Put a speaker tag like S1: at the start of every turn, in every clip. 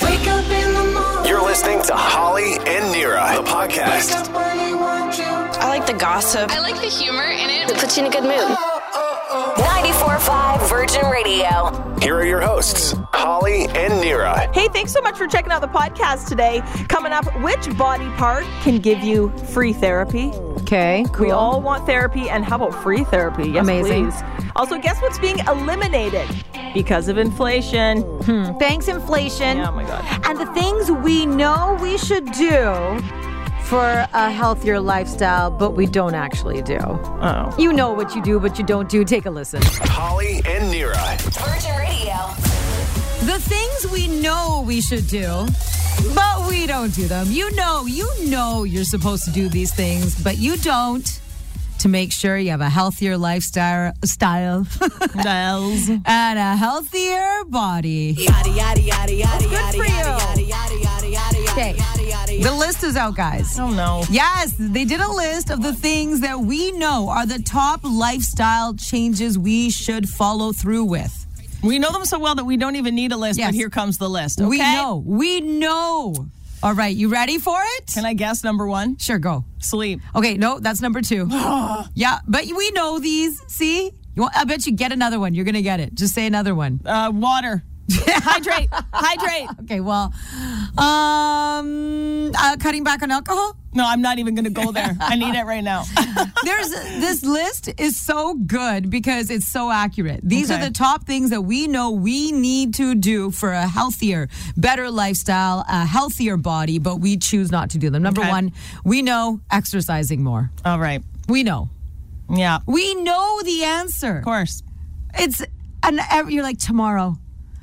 S1: Wake up in the morning.
S2: You're listening to Holly and Nira, the
S1: Wake
S2: podcast.
S1: up when you want you.
S3: I like the gossip.
S4: I like the humor in it.
S5: puts you in a good mood.
S6: 94.5 Virgin Radio.
S2: Here are your hosts, Holly and Nira.
S7: Hey, thanks so much for checking out the podcast today. Coming up, which body part can give you free therapy?
S8: Okay, cool.
S7: We all want therapy, and how about free therapy? Yes,
S8: Amazing.
S7: please. Also, guess what's being eliminated because of inflation?
S8: Thanks, inflation.
S7: Yeah, oh my God.
S8: And the things we know we should do for a healthier lifestyle, but we don't actually do.
S7: Oh.
S8: You know what you do, but you don't do. Take a listen.
S2: Holly and Nira.
S6: Virgin Radio.
S8: The things we know we should do, but we don't do them. You know, you know you're supposed to do these things, but you don't to make sure you have a healthier lifestyle style
S7: Dials.
S8: and a healthier body.
S7: Good for you.
S8: Okay. The list is out, guys.
S7: Oh, no.
S8: Yes, they did a list of the things that we know are the top lifestyle changes we should follow through with.
S7: We know them so well that we don't even need a list,
S8: Yes.
S7: but here comes the list. Okay?
S8: We know. We know. All right, you ready for it?
S7: Can I guess number one?
S8: sure, go.
S7: Sleep.
S8: Okay, no, that's number two. yeah, but we know these. See? You want, I bet you get another one. You're going to get it. Just say another one.
S7: Uh, water. Hydrate. Hydrate.
S8: Okay, well, um, uh, cutting back on alcohol.
S7: No, I'm not even going to go there. I need it right now.
S8: There's this list is so good because it's so accurate. These
S7: Okay.
S8: are the top things that we know we need to do for a healthier, better lifestyle, a healthier body, but we choose not to do them. Number
S7: Okay.
S8: 1, we know exercising more.
S7: All right.
S8: We know.
S7: Yeah. Of
S8: We know the answer.
S7: course.
S8: It's an ev- you're like tomorrow.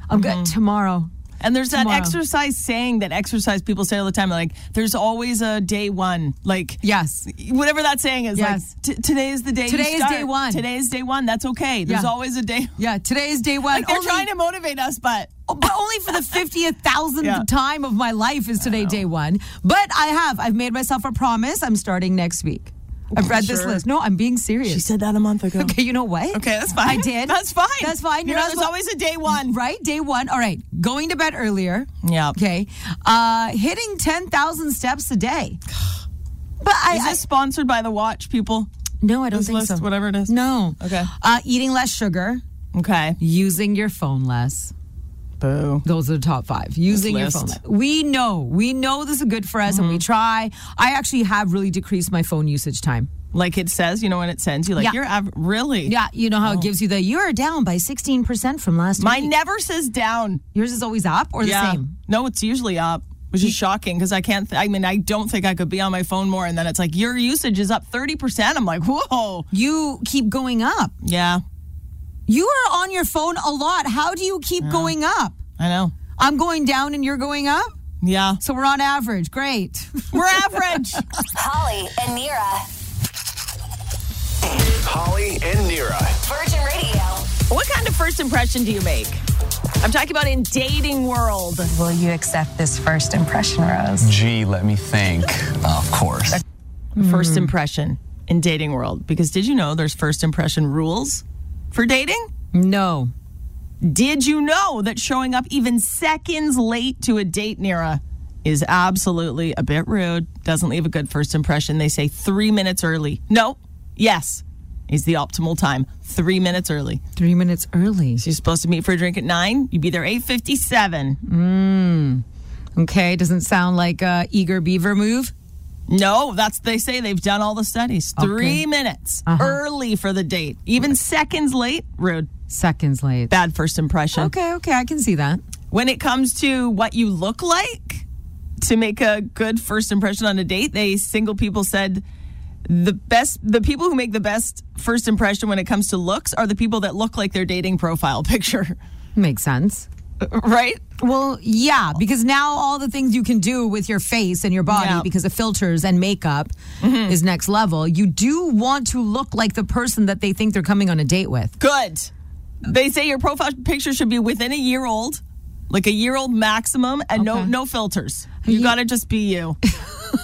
S8: I'm good
S7: Mm-hmm.
S8: tomorrow.
S7: And there's that
S8: Tomorrow.
S7: exercise saying that exercise people say all the time, like, there's always a day one. Like,
S8: Yes.
S7: whatever that saying is,
S8: Yes.
S7: like, t- today is the day you
S8: Today is
S7: start.
S8: day one.
S7: Today is day one. That's okay. There's
S8: Yeah.
S7: always a day.
S8: Yeah, today is day 1.
S7: Like, they're
S8: Only-
S7: trying to motivate us, but
S8: Oh, but only for the 50th thousandth
S7: Yeah.
S8: time of my life is today day one. But I have. I've made myself a promise. I'm starting next week. I've read this
S7: Sure.
S8: list. No, I'm being serious.
S7: that a month ago.
S8: okay, you know what?
S7: Okay, that's fine.
S8: I did.
S7: That's fine.
S8: That's fine.
S7: You
S8: You're
S7: know,
S8: not
S7: there's always
S8: supposed-
S7: a day one.
S8: Right? Day one. All right. Going to bed earlier.
S7: Yeah.
S8: Okay. Uh, hitting 10,000 steps a day. But I,
S7: Is
S8: I-
S7: this sponsored by the watch people?
S8: no, I don't
S7: This
S8: think
S7: list,
S8: so.
S7: whatever it is.
S8: No.
S7: Okay.
S8: Uh, eating less sugar.
S7: Okay.
S8: Using your phone less.
S7: Boo.
S8: Those are the top five. Using your
S7: list. Mm-hmm.
S8: phone. We know. We know this is good for us and we try. I actually have really decreased my phone usage time.
S7: Like it says, you know, when it sends you, like, Oh.
S8: Yeah.
S7: you're av- really.
S8: Yeah, you know how it gives you the you're down by 16% from last
S7: Mine
S8: week.
S7: never says down.
S8: Yours is always up or the
S7: yeah.
S8: same?
S7: No, it's usually up, which is shocking because I can't. Th- I mean, I don't think I could be on my phone more. And then it's like your usage is up thirty percent. I'm like, whoa.
S8: You keep going up.
S7: Yeah,
S8: You are on your phone a lot. How do you keep going up?
S7: I know.
S8: I'm going down and you're going up.
S7: Yeah,
S8: So we're on average. Great.
S7: we're average.
S6: Holly and Nira.
S2: Holly and Nira.
S6: Virgin Radio.
S7: what kind of first impression do you make? I'm talking about in dating world.
S9: Will you accept this first impression, Rose?
S10: Gee, let me think. Uh, Of course.
S7: First impression in dating world. Because did you know there's first impression rules for dating?
S8: no.
S7: Did you know that showing up even seconds late to a date, Nira, is absolutely a bit rude? Doesn't leave a good first impression. They say three minutes early. No, yes, is the optimal time. Three minutes early.
S8: Three minutes early.
S7: So you're supposed to meet for a drink at nine. You'd be there eight fifty-seven.
S8: Okay. Doesn't sound like a eager beaver move.
S7: No, that's they say they've done all the studies. Three
S8: Okay.
S7: minutes early for the date. Even seconds late, rude.
S8: Seconds late.
S7: Bad first impression.
S8: Okay. Okay. I can see that.
S7: when it comes to what you look like to make a good first impression on a date they single people said the best the people who make the best first impression when it comes to looks are the people that look like their dating profile picture
S8: Makes sense.
S7: right
S8: Well, yeah, because now all the things you can do with your face and your body
S7: Yeah.
S8: because of filters and makeup is next level. You do want to look like the person that they think they're coming on a date with.
S7: good they say your profile picture should be within a year old like a year old maximum and no
S8: Okay.
S7: no filters you gotta just be you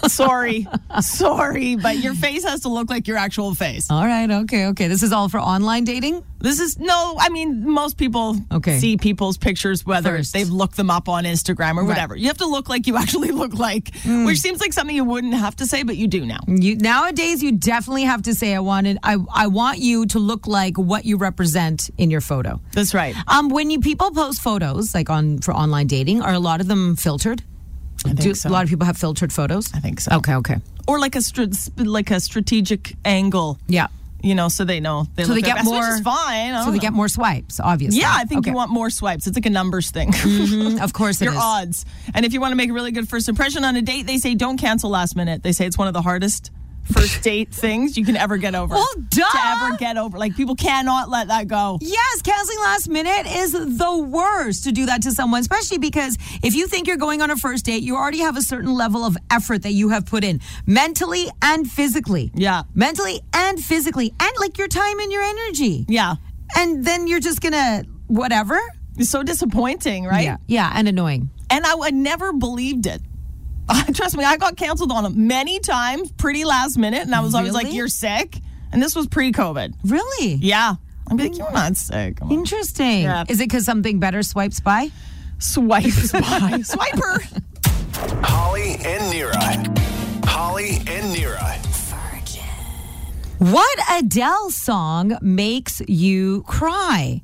S7: Sorry. Sorry, but your face has to look like your actual face.
S8: All right, okay, okay. This is all for online dating?
S7: This is no, I mean, most people
S8: Okay.
S7: see people's pictures, whether
S8: First.
S7: they've looked them up on Instagram or whatever. You have to look like you actually look like,
S8: Mm.
S7: which seems like something you wouldn't have to say, but you do now.
S8: You nowadays you definitely have to say I wanted I I want you to look like what you represent in your photo.
S7: That's right.
S8: Um when you people post photos like on for online dating are a lot of them filtered? I
S7: think
S8: Do
S7: so.
S8: a lot of people have filtered photos?
S7: I think so.
S8: Okay, okay.
S7: Or like a str- like a strategic angle.
S8: Yeah.
S7: You know, so they know they
S8: So
S7: look
S8: they
S7: their
S8: get
S7: best,
S8: more
S7: which is fine. I
S8: So
S7: don't
S8: they
S7: know.
S8: get more swipes, obviously.
S7: Yeah, I think
S8: Okay. Mm-hmm.
S7: you want more swipes. It's like a numbers thing.
S8: of course it
S7: Your
S8: is.
S7: odds. And if you want to make a really good first impression on a date, they say don't cancel last minute. They say it's one of the hardest first date things you can ever get over.
S8: Well, duh.
S7: To ever get over. Like people cannot let that go.
S8: Yes, canceling last minute is the worst to do that to someone, especially because if you think you're going on a first date, you already have a certain level of effort that you have put in mentally and physically.
S7: Yeah.
S8: Mentally and physically, and like your time and your energy.
S7: Yeah.
S8: And then you're just gonna whatever.
S7: It's so disappointing, right?
S8: Yeah, and annoying.
S7: And I, I never believed it. Trust me, I got canceled on them many times, pretty last minute, and I was always like,
S8: Really?
S7: "You're sick," and this was pre-COVID.
S8: Really?
S7: Yeah, I'm like, "You're not sick." I'm like,
S8: Interesting.
S7: Yeah.
S8: Is it because something better swipes by?
S7: Swipe, spy, swiper.
S2: Holly and Nira. Holly and Nira.
S6: Virgin.
S8: What Adele song makes you cry?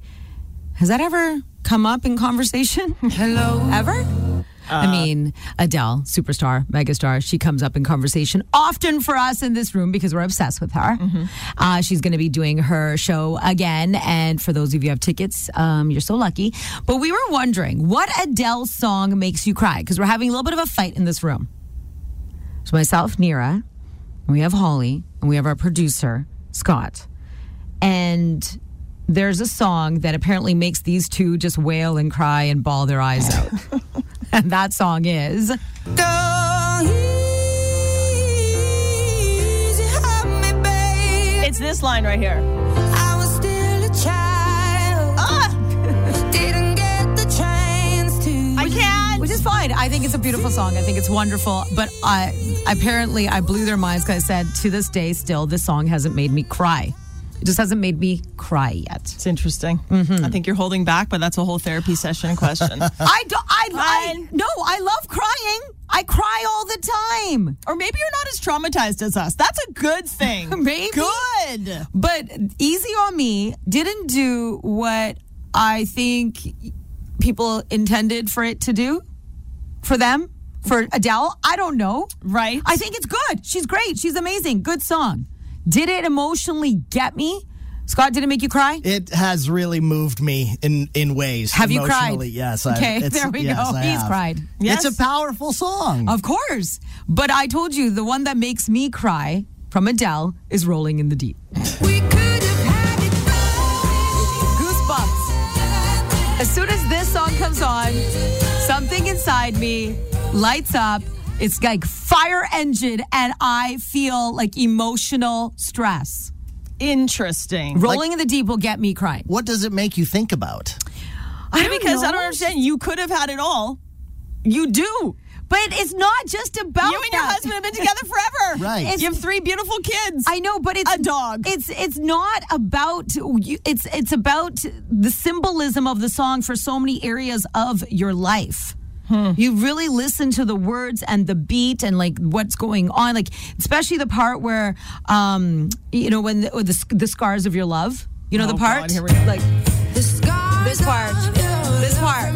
S8: Has that ever come up in conversation? Hello. Ever? I mean, Adele, superstar, megastar, she comes up in conversation often for us in this room because we're obsessed with her. Uh, she's going to be doing her show again. And for those of you who have tickets, um, you're so lucky. But we were wondering what Adele song makes you cry because we're having a little bit of a fight in this room. So myself, Nira, we have Holly, and we have our producer, Scott. And there's a song that apparently makes these two just wail and cry and bawl their eyes out. and that song is
S7: It's this line right here.
S1: Ah.
S7: I can't.
S8: Which is fine. I think it's a beautiful song. I think it's wonderful. But I apparently I blew their minds because I said to this day still this song hasn't made me cry. It just hasn't made me cry yet.
S7: It's interesting.
S8: Mm-hmm.
S7: I think you're holding back, but that's a whole therapy session question.
S8: I do I, I
S7: Fine.
S8: no, I love crying. I cry all the time.
S7: or maybe you're not as traumatized as us. That's a good thing.
S8: Maybe.
S7: Good.
S8: But Easy on Me didn't do what I think people intended for it to do for them, for Adele. I don't know.
S7: Right.
S8: I think it's good. She's great. She's amazing. Good song. Did it emotionally get me? Scott, did it make you cry?
S3: It has really moved me in in ways.
S8: Have you cried?
S3: emotionally. Yes.
S8: Okay,
S3: it's-
S8: there we
S3: yes,
S8: go.
S3: I
S8: He's
S3: have.
S8: cried. Oh.
S7: Yes.
S3: It's a powerful song.
S8: Of course. But I told you the one that makes me cry from Adele is Rolling in the Deep. Goosebumps. As soon as this song comes on, something inside me lights up. It's like fire engine, and I feel like emotional stress.
S7: Interesting.
S8: Rolling in the deep will get me crying.
S3: what does it make you think about?
S8: I don't
S7: because I
S8: know.
S7: don't understand. You could have had it all. You do.
S8: But it's not just about
S7: You and your
S8: that.
S7: husband have been together forever.
S3: Right. It's-
S7: you have three beautiful kids.
S8: I know, but it's
S7: A dog.
S8: It's it's not about you- it's it's about the symbolism of the song for so many areas of your life.
S7: Hmm.
S8: You really listen to the words and the beat and like what's going on, like especially the part where um you know when the the, the scars of your love. You know
S7: Oh,
S8: the part
S7: God, here we go.
S8: like
S1: This part, this part.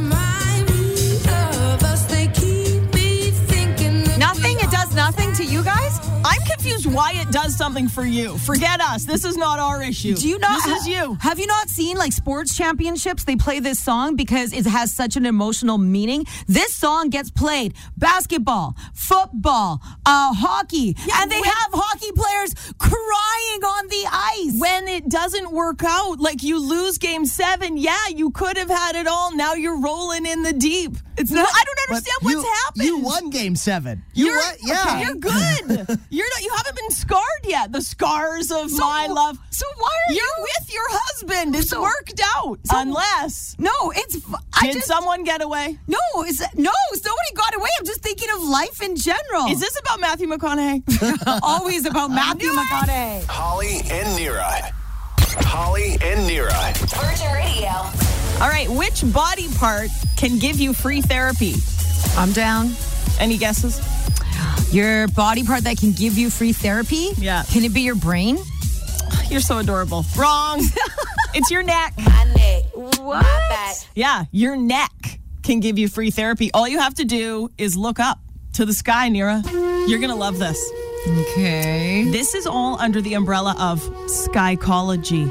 S8: nothing. It does nothing to you guys.
S7: I'm confused why it does something for you. Forget us. This is not our issue.
S8: Do you not?
S7: This is you.
S8: Have you not seen like sports championships? They play this song because it has such an emotional meaning. This song gets played basketball, football, uh, hockey, and they
S7: when-
S8: have hockey players crying on the ice.
S7: When it doesn't work out, like you lose game seven, yeah, you could have had it all. Now you're rolling in the deep. It's not. I don't
S3: But
S7: understand
S3: you,
S7: what's happened.
S3: You won Game Seven. You
S7: You're,
S3: won. Yeah.
S7: okay, you're good. you're not. You haven't been been scarred yet. The scars of my love.
S8: So why are
S7: You're with your husband. It's
S8: So-
S7: worked out. Unless
S8: No, it's. I
S7: did
S8: just,
S7: someone get away?
S8: No, it's, no, somebody got away. I'm just thinking of life in general.
S7: Is this about Matthew McConaughey?
S8: always about Matthew McConaughey?
S2: Holly and Nira. Holly and Nira.
S6: Virgin Radio.
S7: All right, which body part can give you free therapy?
S8: I'm down.
S7: Any guesses?
S8: Your body part that can give you free therapy?
S7: Yeah.
S8: Can it be your brain?
S7: You're so adorable. Wrong. it's your neck.
S1: My neck. My back.
S7: Yeah, your neck can give you free therapy. All you have to do is look up to the sky, Nira. You're going to love this.
S8: Okay.
S7: This is all under the umbrella of skycology.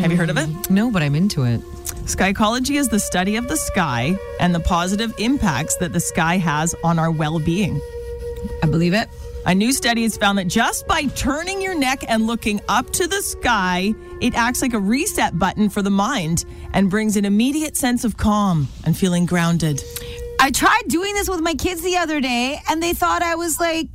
S7: Have you heard of it?
S8: Hmm. No, but I'm into it.
S7: Skycology is the study of the sky and the positive impacts that the sky has on our well being.
S8: I believe it.
S7: A new study has found that just by turning your neck and looking up to the sky, it acts like a reset button for the mind and brings an immediate sense of calm and feeling grounded.
S8: I tried doing this with my kids the other day, and they thought I was like,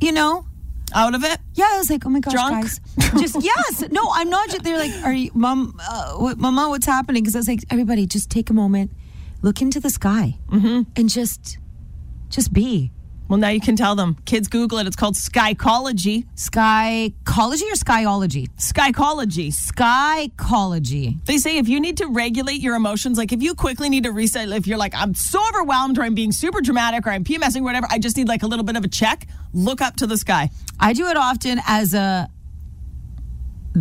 S8: you know,
S7: Out of it?
S8: yeah, I was like, oh my gosh,
S7: Drunk?
S8: guys, just yes, no, I'm not. ju- They're like, are you, mom, uh, what, mama, what's happening? Because I was like, everybody, just take a moment, look into the sky, and just, just be
S7: Well, now you can tell them. Kids Google it. It's called Skycology.
S8: skycology or skyology,
S7: Skycology.
S8: skycology.
S7: They say if you need to regulate your emotions, like if you quickly need to reset, if you're like, I'm so overwhelmed or I'm being super dramatic or I'm PMSing or whatever, I just need like a little bit of a check, look up to the sky.
S8: I do it often as a.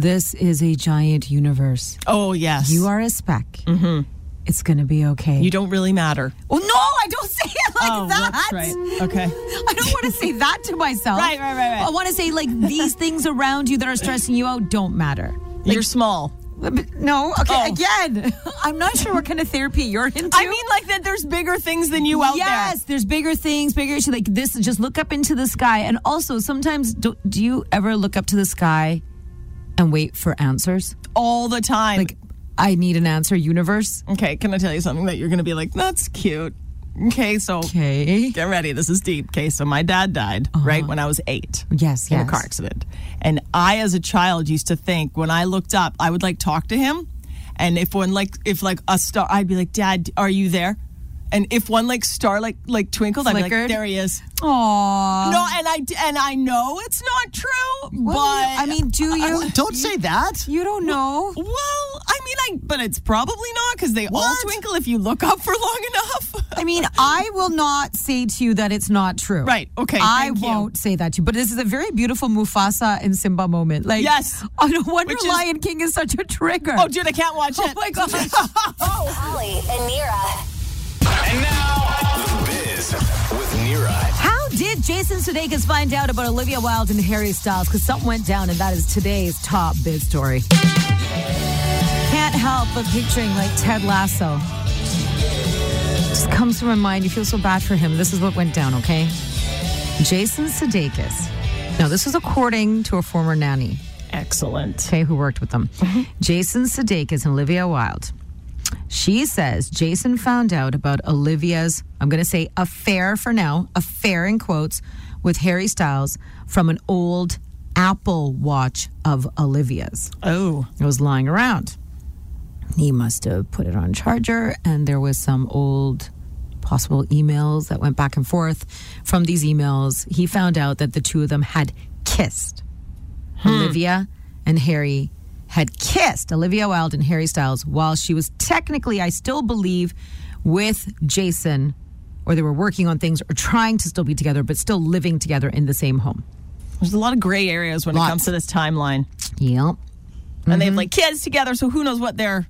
S8: This is a giant universe.
S7: Oh, yes.
S8: You are a speck. Mm-hmm. It's gonna be okay.
S7: You don't really matter.
S8: Oh no, I don't say it like
S7: oh,
S8: that.
S7: that's right. Okay.
S8: I don't want to say that to myself.
S7: Right, right, right, right.
S8: I want to say like these things around you that are stressing you out don't matter. Uh,
S7: you're small.
S8: But No, okay,
S7: Oh.
S8: again. I'm not sure what kind of therapy you're into.
S7: I mean, like that. There's bigger things than you out
S8: yes, there's bigger things, bigger issues. Like this, just look up into the sky. And also, sometimes, do, do you ever look up to the sky and wait for answers?
S7: there all the time.
S8: Like, I need an answer, universe.
S7: okay, can I tell you something that you're gonna be like, that's cute. Okay, so
S8: Okay.
S7: get ready. This is deep. Okay, so my dad died right when I was eight.
S8: Uh-huh. Yes,
S7: in
S8: yes.
S7: a car accident, and I, as a child, used to think when I looked up, I would like talk to him, and if one like if like a star, I'd be like, Dad, are you there? And if one like star like like twinkled, I'd be like,
S8: Flickered? Uh.
S7: there he is.
S8: Aww.
S7: No, and I d- and I know it's not true, but
S8: I mean, do you?
S3: Don't say that.
S8: You don't know.
S7: Well, I mean, I but it's probably not because they all
S3: What?
S7: twinkle if you look up for long enough.
S8: I mean, I will not say to you that it's not true.
S7: Right, okay,
S8: I
S7: thank you.
S8: won't say that to you. But this is a very beautiful Mufasa and Simba moment. Like,
S7: Yes.
S8: Oh, no wonder
S7: Which is-
S8: Lion King is such a trigger.
S7: oh, dude, I can't watch
S8: Oh
S7: it.
S8: my gosh.
S6: Oh. Holly and Nira.
S2: And now, The Biz with Nira.
S8: How did Jason Sudeikis find out about Olivia Wilde and Harry Styles? Because something went down, and that is today's top bid story. Can't help but picturing like Ted Lasso. Just comes to my mind. You feel so bad for him. This is what went down, okay? Jason Sudeikis. Now, this is according to a former nanny,
S7: Excellent.
S8: okay, who worked with them. Jason Sudeikis and Olivia Wilde. She says Jason found out about Olivia's, I'm going to say affair for now, affair in quotes, with Harry Styles from an old Apple Watch of Olivia's.
S7: Oh,
S8: It was lying around. He must have put it on charger, and there was some old possible emails that went back and forth. From these emails, he found out that the two of them had kissed. Olivia and Harry had kissed Olivia Wilde and Harry Styles while she was technically, I still believe, with Jason, or they were working on things or trying to still be together, but still living together in the same home.
S7: there's a lot of gray areas when
S8: Lots.
S7: it comes to this timeline,
S8: Yep.
S7: and they have like kids together, so who knows what they're.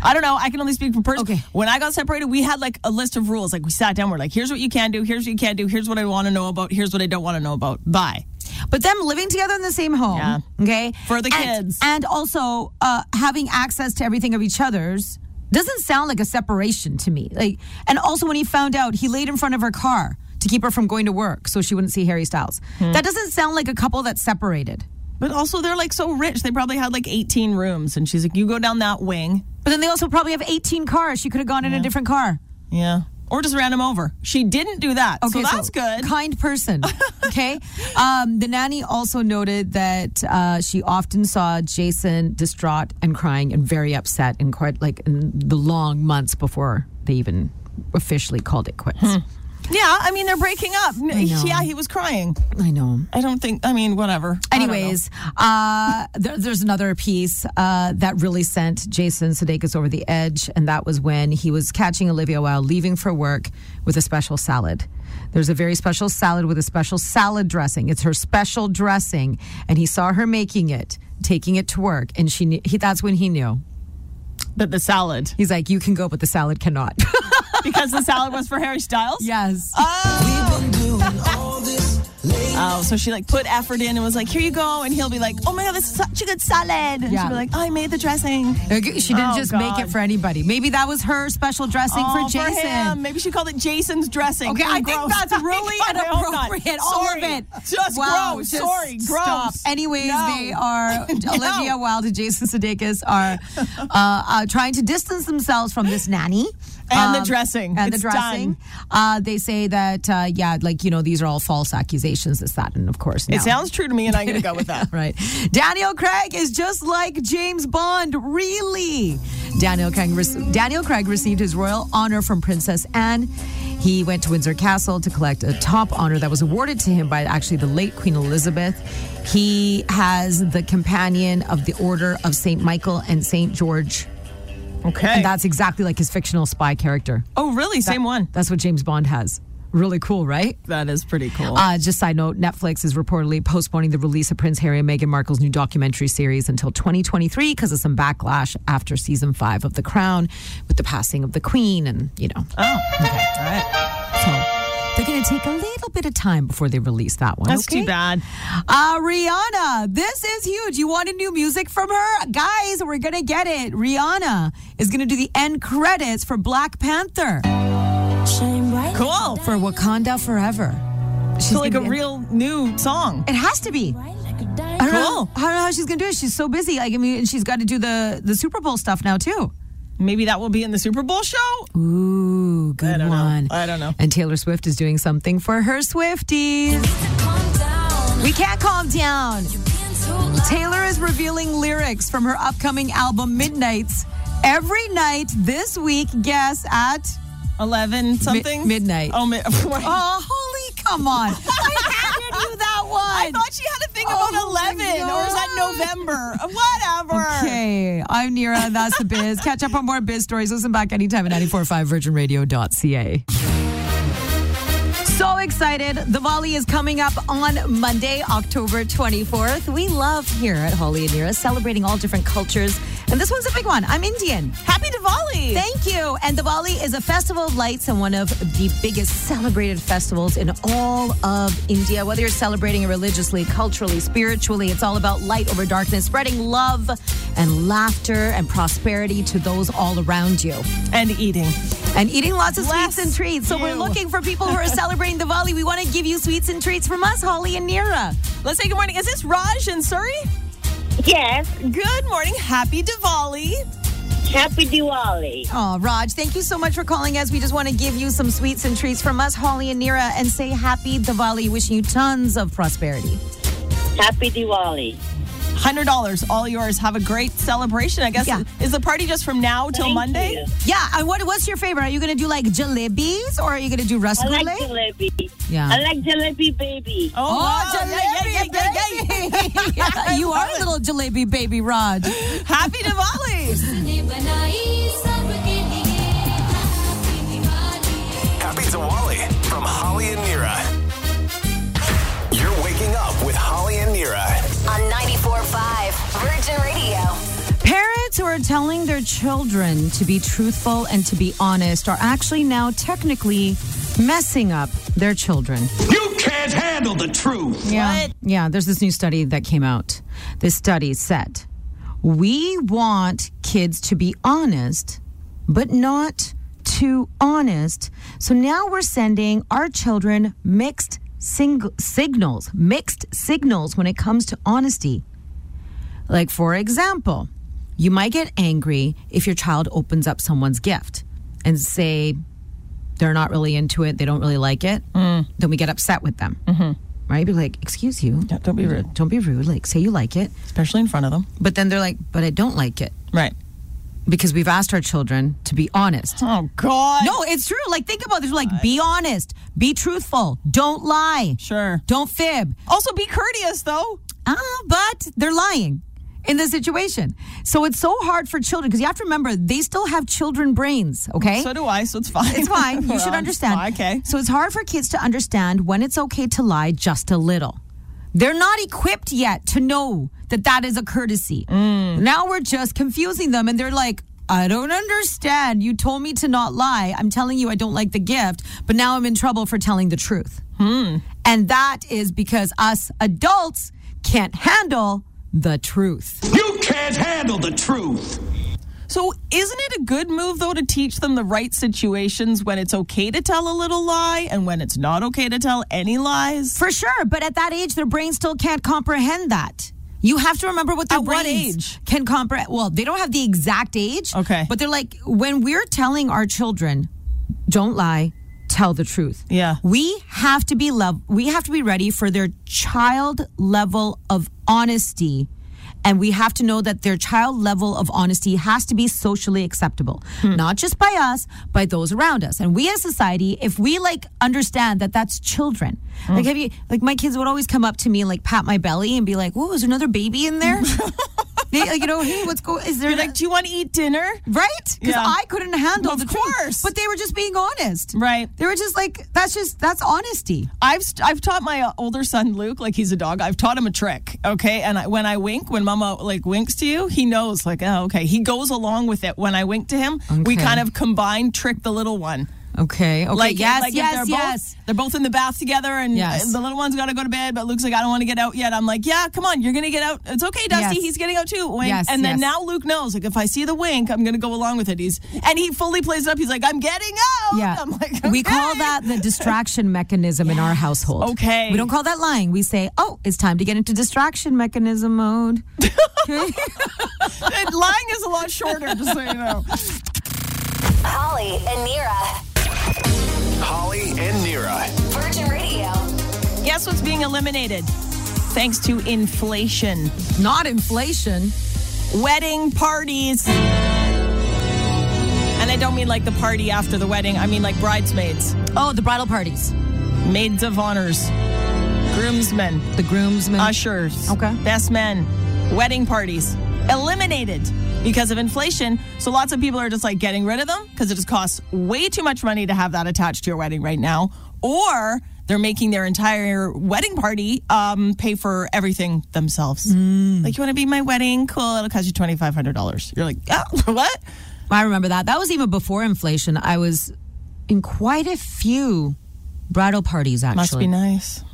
S7: I don't know. I can only speak for person.
S8: Okay.
S7: When I got separated, we had like a list of rules. Like we sat down, we're like, here's what you can do, here's what you can't do, here's what I want to know about, here's what I don't want to know about. Bye.
S8: But them living together in the same home,
S7: Yeah.
S8: okay,
S7: For the
S8: And-
S7: kids.
S8: and also uh, having access to everything of each other's doesn't sound like a separation to me. Like, and also when he found out, he laid in front of her car to keep her from going to work so she wouldn't see Harry Styles.
S7: Hmm.
S8: That doesn't sound like a couple that's separated.
S7: But also, they're like so rich. They probably had like 18 rooms, and she's like, you go down that wing.
S8: But then they also probably have 18 cars. She could have gone in a different car.
S7: Yeah. or just ran him over. She didn't do that. so that's good.
S8: Kind person. Okay. um, the nanny also noted that uh, she often saw Jason distraught and crying and very upset and quite like in the long months before they even officially called it quits.
S7: Hmm. yeah, I mean they're breaking up.
S8: know.
S7: Yeah, he was crying.
S8: I know.
S7: I don't think. I mean, whatever. I don't know.
S8: Anyways, uh, there, there's another piece uh, that really sent Jason Sudeikis over the edge, and that was when he was catching Olivia while leaving for work with a special salad. There's a very special salad with a special salad dressing. It's her special dressing, and he saw her making it, taking it to work, and she knew, he, that's when he knew.
S7: but the salad
S8: He's like, "You can go, but the salad cannot."
S7: because the salad was for Harry Styles.
S8: yes.
S7: Oh, so she like put effort in and was like, "Here you go," and he'll be like, "Oh my god, this is such a good salad." And
S8: Yeah.
S7: she'll be like, "Oh, "I made the dressing."
S8: Like, she didn't
S7: Oh,
S8: just make
S7: God.
S8: it for anybody. Maybe that was her special dressing
S7: Oh,
S8: for Jason.
S7: him. Maybe she called it Jason's dressing.
S8: Okay, I
S7: Gross.
S8: think that's really
S7: God, I hope not.
S8: inappropriate. All of
S7: Sorry.
S8: it.
S7: Just
S8: Wow,
S7: gross.
S8: just
S7: Sorry, gross.
S8: Stop. Anyways,
S7: No.
S8: they are Olivia Wilde and Jason Sudeikis are uh, uh, trying to distance themselves from this nanny. Um,
S7: And the dressing.
S8: And
S7: It's
S8: the dressing.
S7: done.
S8: Uh, they say that, uh, yeah, like, you know, these are all false accusations, this, that, and of course.
S7: It
S8: no.
S7: sounds true to me, and I'm gonna go with that.
S8: Right. Daniel Craig is just like James Bond, really. Daniel Craig, rec- Daniel Craig received his royal honor from Princess Anne. He went to Windsor Castle to collect a top honor that was awarded to him by actually the late Queen Elizabeth. He has the companion of the Order of St. Michael and St. George.
S7: Okay.
S8: And that's exactly like his fictional spy character.
S7: oh, really? Same one.
S8: That's what James Bond has. Really cool, right?
S7: That is pretty cool.
S8: Uh, just side note, Netflix is reportedly postponing the release of Prince Harry and Meghan Markle's new documentary series until 2023 because of some backlash after season five of The Crown with the passing of the Queen and, you know.
S7: oh, okay. All right.
S8: So they're going to take a little bit of time before they release that one.
S7: That's
S8: okay?
S7: too bad.
S8: Uh, Rihanna, this is huge. You wanted new music from her? Guys, we're going to get it. Rihanna is going to do the end credits for Black Panther
S7: Cool.
S8: for Wakanda Forever. She's
S7: So like a
S8: gonna be-
S7: real new song.
S8: It has to be. I don't
S7: Cool.
S8: know. I don't know how she's gonna do it. She's so busy. Like I mean, and she's got to do the the Super Bowl stuff now too.
S7: Maybe that will be in the Super Bowl show.
S8: Ooh, good
S7: don't know.
S8: one.
S7: I don't know.
S8: And Taylor Swift is doing something for her Swifties. We can't calm down. Taylor is revealing lyrics from her upcoming album Midnights every night this week. Guess at
S7: Eleven something.
S8: midnight.
S7: Oh, mi-
S8: oh holy come on! I handed you that one.
S7: I thought she had a thing
S8: Oh
S7: about
S8: my
S7: 11, or is that
S8: God.
S7: November? Whatever.
S8: Okay, I'm Nira. That's the biz. Catch up on more biz stories. Listen back anytime at 945virginradio.ca. So excited. The volley is coming up on Monday, October 24th. We love here at Holly and Nira celebrating all different cultures. And this one's a big one. I'm Indian.
S7: Happy Diwali.
S8: Thank you. And Diwali is a festival of lights and one of the biggest celebrated festivals in all of India. Whether you're celebrating it religiously, culturally, spiritually, it's all about light over darkness, spreading love and laughter and prosperity to those all around you.
S7: and eating.
S8: And eating lots of
S7: Bless
S8: sweets and treats. So we're
S7: you.
S8: looking for people who are celebrating Diwali. We want to give you sweets and treats from us, Holly and Nira.
S7: Let's say good morning. Is this Raj in Surrey?
S4: Yes,
S7: Good morning. Happy Diwali.
S4: happy Diwali.
S8: Oh, Raj, thank you so much for calling us. We just want to give you some sweets and treats from us, Holly and Nira, and say happy Diwali, wishing you tons of prosperity.
S4: Happy Diwali.
S7: $100, all yours. Have a great celebration. I guess
S8: Yeah.
S7: is the party just from now till
S4: Thank
S7: Monday?
S4: you.
S8: Yeah, and what, what's your favorite? Are you going to do like jalebis or are you going to do
S4: I
S8: rasgulle?
S4: like jalebi.
S8: Yeah.
S4: I like jalebi baby.
S7: Oh, wow.
S8: baby. Yeah, you are a little jalebi baby, Raj.
S7: Happy Diwali.
S2: Happy Diwali from Holly and Nira. You're waking up with Holly and Nira.
S6: On 94.5 Virgin Radio.
S8: Parents who are telling their children to be truthful and to be honest are actually now technically messing up their children.
S5: You can't handle the truth.
S8: Yeah.
S7: What?
S8: Yeah, there's this new study that came out. This study said we want kids to be honest, but not too honest. So now we're sending our children mixed sing- signals, mixed signals when it comes to honesty. Like, for example, you might get angry if your child opens up someone's gift and say, they're not really into it, they don't really like it, then we get upset with them. Mm-hmm. Right? Be like, excuse you.
S7: Yeah, don't be rude.
S8: Don't be rude. Like, say you like it.
S7: especially in front of them.
S8: But then they're like, but I don't like it
S7: Right.
S8: because we've asked our children to be honest.
S7: Oh God.
S8: No, it's true. Like, think about this. Like, be honest, be truthful, don't lie,
S7: Sure.
S8: don't fib.
S7: Also, be courteous though.
S8: Ah, but they're lying in this situation. So it's so hard for children because you have to remember they still have children brains, okay?
S7: So do I. So it's fine.
S8: it's fine. You
S7: We're
S8: should
S7: on-
S8: understand.
S7: Okay.
S8: So it's hard for kids to understand when it's okay to lie just a little. They're not equipped yet to know that that is a courtesy.
S7: Mm.
S8: Now we're just confusing them and they're like, I don't understand. You told me to not lie. I'm telling you I don't like the gift, but now I'm in trouble for telling the truth.
S7: Hmm.
S8: And that is because us adults can't handle the truth.
S5: You can't handle the truth.
S7: So isn't it a good move though to teach them the right situations when it's okay to tell a little lie and when it's not okay to tell any lies?
S8: For sure, but at that age, their brain still can't comprehend that. You have to remember what their
S7: At what
S8: brains
S7: age?
S8: can comprehend. Well, they don't have the exact age.
S7: Okay.
S8: But they're like, when we're telling our children, don't lie, tell the truth.
S7: Yeah.
S8: We have to be love. We have to be ready for their child level of honesty. And we have to know that their child level of honesty has to be socially acceptable,
S7: Hmm.
S8: not just by us, by those around us. And we as society, if we like understand that that's children,
S7: Hmm.
S8: like have you, like my kids would always come up to me and like pat my belly and be like, "Whoa, is there another baby in there?" they, like, you know, hey, what's going? Is there
S7: You're like, do you want to eat dinner?
S8: Right? Because
S7: Yeah.
S8: I couldn't handle
S7: Of
S8: the truth.
S7: course.
S8: But they were just being honest.
S7: Right.
S8: They were just like, that's just, that's honesty.
S7: I've st- I've taught my uh, older son Luke like he's a dog. I've taught him a trick, okay? And I, when I wink, when Mama like winks to you, he knows like oh okay. He goes along with it. When I wink to him, we
S8: Okay.
S7: kind of combine trick the little one.
S8: Okay. Okay.
S7: Like
S8: yes,
S7: like if
S8: yes,
S7: they're
S8: yes.
S7: Both, they're both in the bath together, and
S8: Yes.
S7: uh, the little one's got to go to bed, but Luke's like I don't want to get out yet. I'm like yeah, come on, you're gonna get out. It's okay, Dusty.
S8: Yes.
S7: He's getting out too. Wink.
S8: Yes,
S7: and then
S8: yes.
S7: now Luke knows like if I see the wink, I'm gonna go along with it. He's and he fully plays it up. He's like I'm getting out.
S8: Yeah.
S7: I'm like
S8: We call
S7: "Okay."
S8: that the distraction mechanism in our household.
S7: Okay.
S8: We don't call that lying. We say, oh, it's time to get into distraction mechanism mode. Okay.
S7: And lying is a lot shorter. Just so you know.
S6: Holly and Nira.
S2: Holly and Nira.
S6: Virgin Radio.
S7: Guess what's being eliminated? Thanks to inflation.
S8: Not inflation.
S7: Wedding parties. And I don't mean like the party after the wedding, I mean like bridesmaids,
S8: Oh, the bridal parties.
S7: maids of honors, groomsmen,
S8: The groomsmen.
S7: Uh, ushers,
S8: Okay.
S7: best men, wedding parties. Eliminated because of inflation. So lots of people are just like getting rid of them because it just costs way too much money to have that attached to your wedding right now. Or they're making their entire wedding party um, pay for everything themselves.
S8: Mm.
S7: Like, you want to be my wedding? Cool. It'll cost you $2,500. You're like, oh, what?
S8: I remember that. That was even before inflation. I was in quite a few bridal parties, actually.
S7: Must be nice.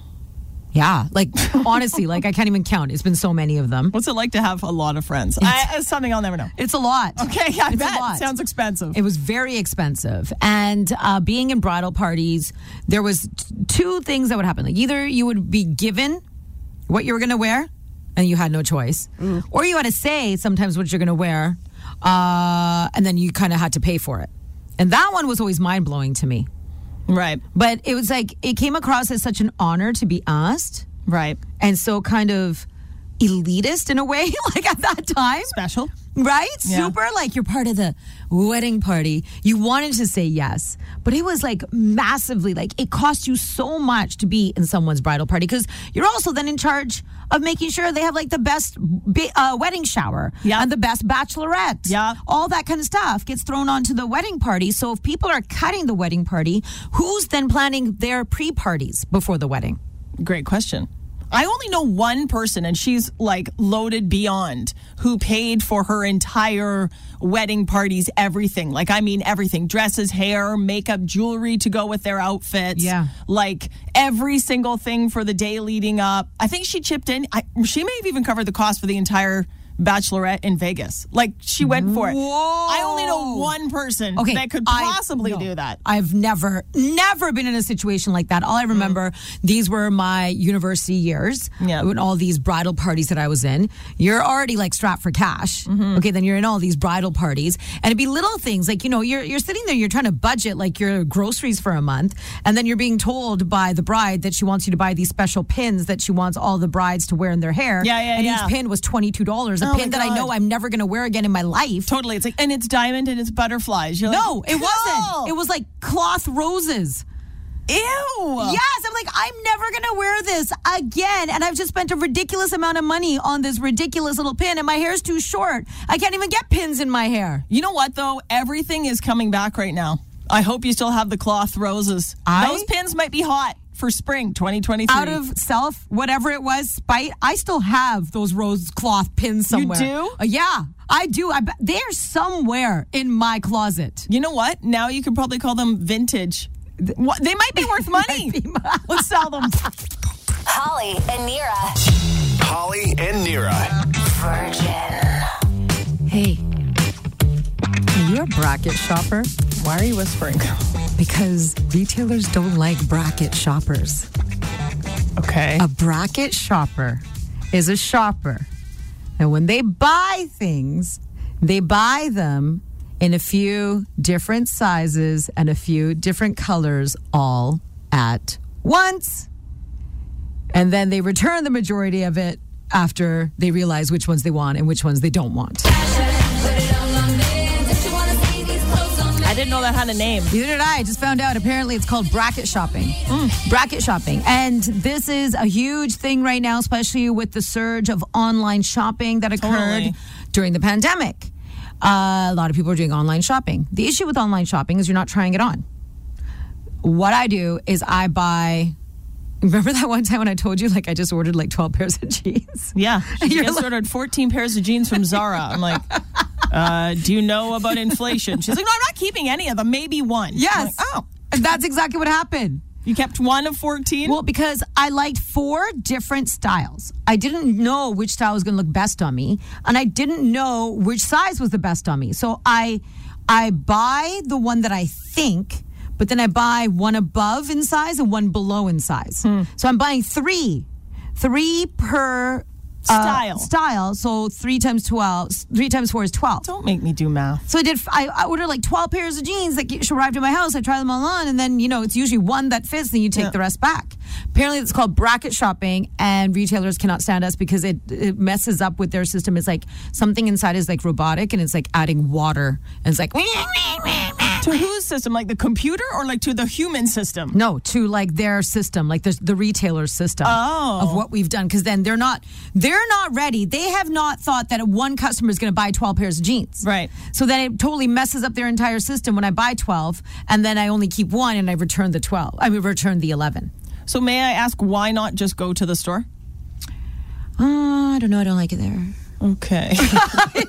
S8: Yeah, like honestly, like I can't even count. It's been so many of them.
S7: What's it like to have a lot of friends? I, it's something I'll never know.
S8: It's a lot.
S7: Okay, I
S8: It's a
S7: bet.
S8: lot.
S7: Sounds expensive.
S8: It was very expensive, and uh, being in bridal parties, there was t- two things that would happen. Like either you would be given what you were going to wear, and you had no choice, or you had to say sometimes what you're going to wear, uh, and then you kind of had to pay for it. And that one was always mind blowing to me.
S7: right,
S8: But it was like it came across as such an honor to be asked.
S7: right.
S8: and so kind of elitist in a way like at that time
S7: Special.
S8: right
S7: Yeah.
S8: super like you're part of the wedding party you wanted to say yes but it was like massively like it cost you so much to be in someone's bridal party because you're also then in charge of making sure they have like the best ba- uh, wedding shower
S7: Yeah.
S8: and the best bachelorette
S7: Yeah.
S8: all that kind of stuff gets thrown onto the wedding party so if people are cutting the wedding party who's then planning their pre-parties before the wedding
S7: Great question. I only know one person, and she's like loaded beyond, who paid for her entire wedding parties, everything. Like, I mean, everything dresses, hair, makeup, jewelry to go with their outfits.
S8: Yeah.
S7: Like, every single thing for the day leading up. I think she chipped in. I, she may have even covered the cost for the entire Bachelorette in Vegas. Like she went for it.
S8: Whoa.
S7: I only know one person
S8: Okay,
S7: that could
S8: I-
S7: possibly
S8: no.
S7: do that.
S8: I've never, never been in a situation like that. All I remember, these were my university years.
S7: Yeah.
S8: When all these bridal parties that I was in, you're already like strapped for cash.
S7: Mm-hmm.
S8: Okay, then you're in all these bridal parties, and it'd be little things like you know you're you're sitting there, you're trying to budget like your groceries for a month, and then you're being told by the bride that she wants you to buy these special pins that she wants all the brides to wear in their hair.
S7: Yeah, yeah,
S8: And
S7: yeah.
S8: each pin was twenty two dollars, a
S7: Oh my
S8: pin that I know
S7: God.
S8: I'm never going to wear again in my life.
S7: Totally. It's like and it's diamond and it's butterflies. You're
S8: No,
S7: like,
S8: it
S7: "Cool."
S8: wasn't. It was like cloth roses.
S7: Ew.
S8: Yes, I'm like, I'm never going to wear this again. And I've just spent a ridiculous amount of money on this ridiculous little pin, and my hair's too short. I can't even get pins in my hair.
S7: You know what though? Everything is coming back right now. I hope you still have the cloth roses.
S8: I-
S7: Those pins might be hot for spring 2023.
S8: Out of self, whatever it was, spite, I still have those rose cloth pins somewhere.
S7: do?
S8: Uh, yeah, I do. I, bet- they're somewhere in my closet.
S7: You know what? Now you could probably call them vintage. What? They might be worth money. Let's sell them.
S6: Holly and Nira.
S2: Holly and Nira.
S6: Virgin.
S8: Hey, you're a bracket shopper
S7: Why are you whispering?
S8: because retailers don't like bracket shoppers.
S7: Okay.
S8: A bracket shopper is a shopper. And when they buy things, they buy them in a few different sizes and a few different colors all at once. And then they return the majority of it after they realize which ones they want and which ones they don't want.
S7: I didn't know that had a name.
S8: Neither did I. I just found out. Apparently, it's called bracket shopping. Bracket shopping. And this is a huge thing right now, especially with the surge of online shopping that occurred
S7: Totally.
S8: during the pandemic. Uh, a lot of people are doing online shopping. The issue with online shopping is you're not trying it on. What I do is I buy. Remember that one time when I told you, like, I just ordered like 12 pairs of jeans?
S7: Yeah. She
S8: You're
S7: just
S8: like-
S7: ordered 14 pairs of jeans from Zara. I'm like, uh, do you know about inflation? She's like, no, I'm not keeping any of them. Maybe one. I'm
S8: Yes.
S7: like, oh,
S8: And that's exactly what happened.
S7: you kept one of 14?
S8: Well, because I liked four different styles. I didn't know which style was going to look best on me, and I didn't know which size was the best on me. So I I buy the one that I think, but then I buy one above in size and one below in size. So I'm buying 3. 3 per uh,
S7: Style.
S8: style. So 3 times 12, 3 times 4 is 12.
S7: don't make me do math.
S8: So I did. I, I ordered like twelve pairs of jeans that get- arrived at my house. I try them all on, and then you know it's usually one that fits, and you take
S7: Yeah.
S8: the rest back. Apparently, it's called bracket shopping, and retailers cannot stand us because it, it messes up with their system. It's like something inside is like robotic, and it's like adding water, and it's like
S7: To whose system? Like the computer or like to the human system?
S8: no to like their system, like the the retailer system of what we've done. Because then they're not they're not ready. They have not thought that one customer is going to buy twelve pairs of jeans.
S7: Right.
S8: So then it totally messes up their entire system when I buy 12 and then I only keep one and I return the 12. I mean, return the 11.
S7: So may I ask why not just go to the store?
S8: Uh, I don't know. I don't like it there.
S7: Okay. you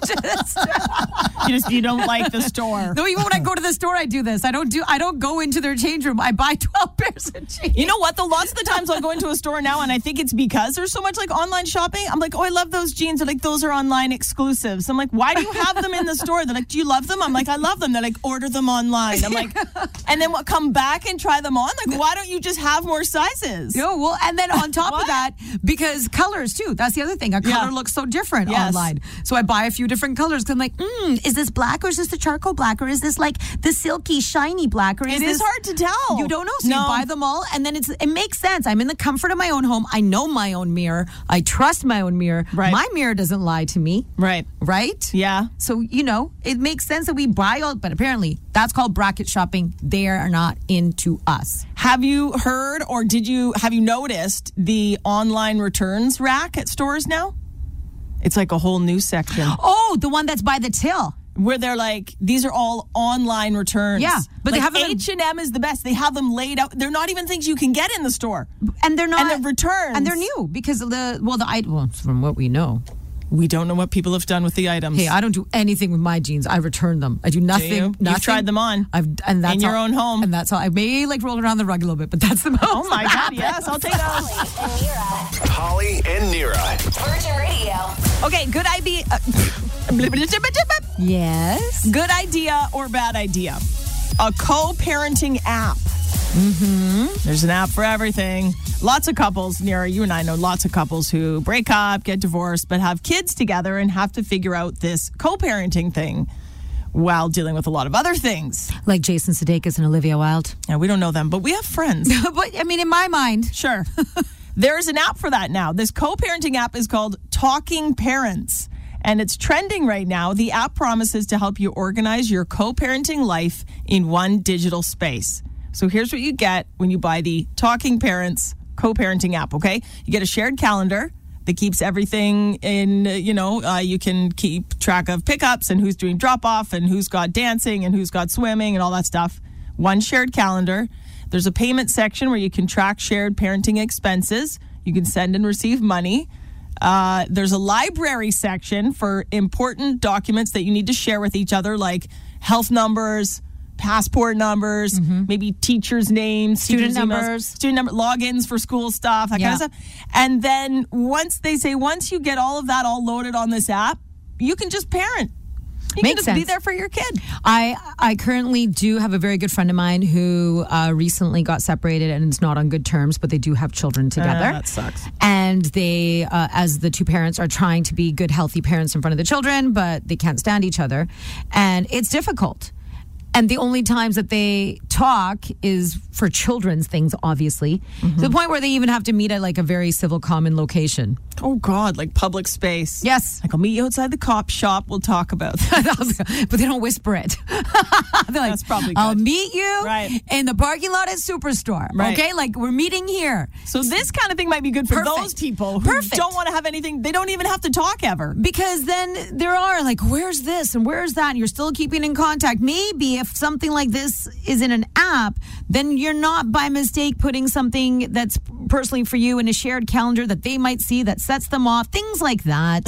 S7: just you don't like the store.
S8: No, even when I go to the store, I do this. I don't do. I don't go into their change room. I buy 12 pairs of jeans.
S7: You know what? Though lots of the times I'll go into a store now, and I think it's because there's so much like online shopping. I'm like, oh, I love those jeans. They're like, those are online exclusives. I'm like, why do you have them in the store? They're like, do you love them? I'm like, I love them. They're like, order them online. I'm like, and then what? Come back and try them on. Like, why don't you just have more sizes?
S8: No, well, and then on top of
S7: What?
S8: that, because colors too. That's the other thing. A
S7: Yeah.
S8: color looks so different
S7: Yes.
S8: online. So I buy a few different colors because I'm like, mm, is this black or is this the charcoal black or is this like the silky shiny black or is
S7: It
S8: this
S7: is hard to tell.
S8: You don't know, so
S7: No.
S8: you buy them all, and then it's it makes sense. I'm in the comfort of my own home. I know my own mirror. I trust my own mirror.
S7: Right.
S8: My mirror doesn't lie to me.
S7: Right.
S8: Right?
S7: Yeah.
S8: So you know, it makes sense that we buy all, but apparently that's called bracket shopping. They are not into us.
S7: Have you heard or did you have you noticed the online returns rack at stores now? It's like a whole new section
S8: Oh, the one that's by the till.
S7: where they're like these are all online returns.
S8: Yeah, but they
S7: Like,
S8: have them-
S7: H&M is the best. They have them laid out. They're not even things you can get in the store.
S8: and they're not
S7: And the returns.
S8: and they're new because of the well the I well from what we know
S7: We don't know what people have done with the items.
S8: Hey, I don't do anything with my jeans. I return them. I do nothing.
S7: you? You've
S8: nothing.
S7: tried them on.
S8: I've and that's
S7: In your
S8: all-
S7: own home.
S8: And that's all. I may like roll around the rug a little bit, but that's the most.
S7: oh my God, yes, I'll take those.
S6: Holly and Nira.
S2: Holly and Nira.
S6: Virgin Radio.
S7: Okay, good idea.
S8: uh, Yes.
S7: Good idea or bad idea? A co parenting app. Mm-hmm. There's an app for everything. Lots of couples, Nira, you and I know lots of couples who break up, get divorced, but have kids together and have to figure out this co parenting thing while dealing with a lot of other things.
S8: Like Jason Sudeikis and Olivia Wilde.
S7: Now, we don't know them, but we have friends.
S8: but I mean, in my mind,
S7: Sure. There's an app for that now. This co parenting app is called Talking Parents, and it's trending right now. The app promises to help you organize your co parenting life in one digital space. So here's what you get when you buy the Talking Parents co parenting app, okay? You get a shared calendar. That keeps everything in, uh, you know, uh, you can keep track of pickups and who's doing drop off and who's got dancing and who's got swimming and all that stuff. One shared calendar. There's a payment section where you can track shared parenting expenses. You can send and receive money. Uh, there's a library section for important documents that you need to share with each other, like health numbers, passport numbers, maybe teachers' names,
S8: Student
S7: teachers' emails,
S8: numbers.
S7: student number, logins for school stuff, that
S8: Yeah.
S7: kind of stuff. And then once they say, once you get all of that all loaded on this app, you can just parent. You can
S8: Makes
S7: just be
S8: sense.
S7: there for your kid.
S8: I I currently do have a very good friend of mine who uh, recently got separated and is not on good terms, but they do have children together.
S7: Ah, that sucks.
S8: And they, uh, as the two parents, are trying to be good, healthy parents in front of the children, but they can't stand each other, and it's difficult. And the only times that they talk is for children's things, obviously,
S7: Mm-hmm.
S8: to the point where they even have to meet at like a very civil common location.
S7: Oh God, like public space.
S8: Yes.
S7: Like I'll meet you outside the cop shop. We'll talk about that.
S8: but they don't whisper it. They're like,
S7: That's probably good.
S8: I'll meet you
S7: Right.
S8: in the parking lot at Superstore.
S7: Right.
S8: Okay, like we're meeting here
S7: so this kind of thing might be good for
S8: Perfect.
S7: those people who
S8: Perfect.
S7: don't want to have anything. They don't even have to talk ever.
S8: because then there are like, where's this and where's that? And you're still keeping in contact. Maybe if something like this is in an app, then you're not by mistake putting something that's personally for you in a shared calendar that they might see that sets them off. Things like that,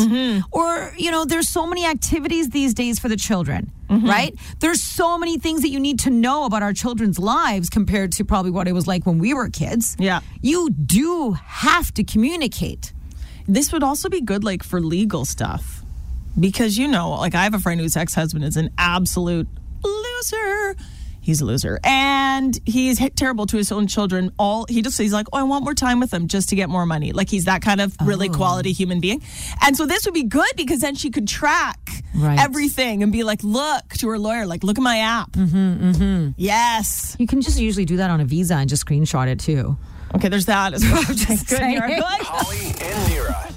S8: or you know, there's so many activities these days for the children. right? There's so many things that you need to know about our children's lives compared to probably what it was like when we were kids.
S7: Yeah.
S8: You do have to communicate.
S7: This would also be good, like for legal stuff, because you know, like I have a friend whose ex-husband is an absolute loser. He's a loser, and he's hit terrible to his own children. All he just he's like, oh, I want more time with them just to get more money. Like he's that kind of really quality human being, and so this would be good because then she could track
S8: Right.
S7: everything and be like, look to her lawyer, like look at my app. Mm-hmm, mm-hmm. Yes.
S8: You can just usually do that on a visa and just screenshot it too.
S7: Okay, there's that as well.
S8: just
S7: Good, you're
S8: saying.
S7: good.
S2: Holly and Nira.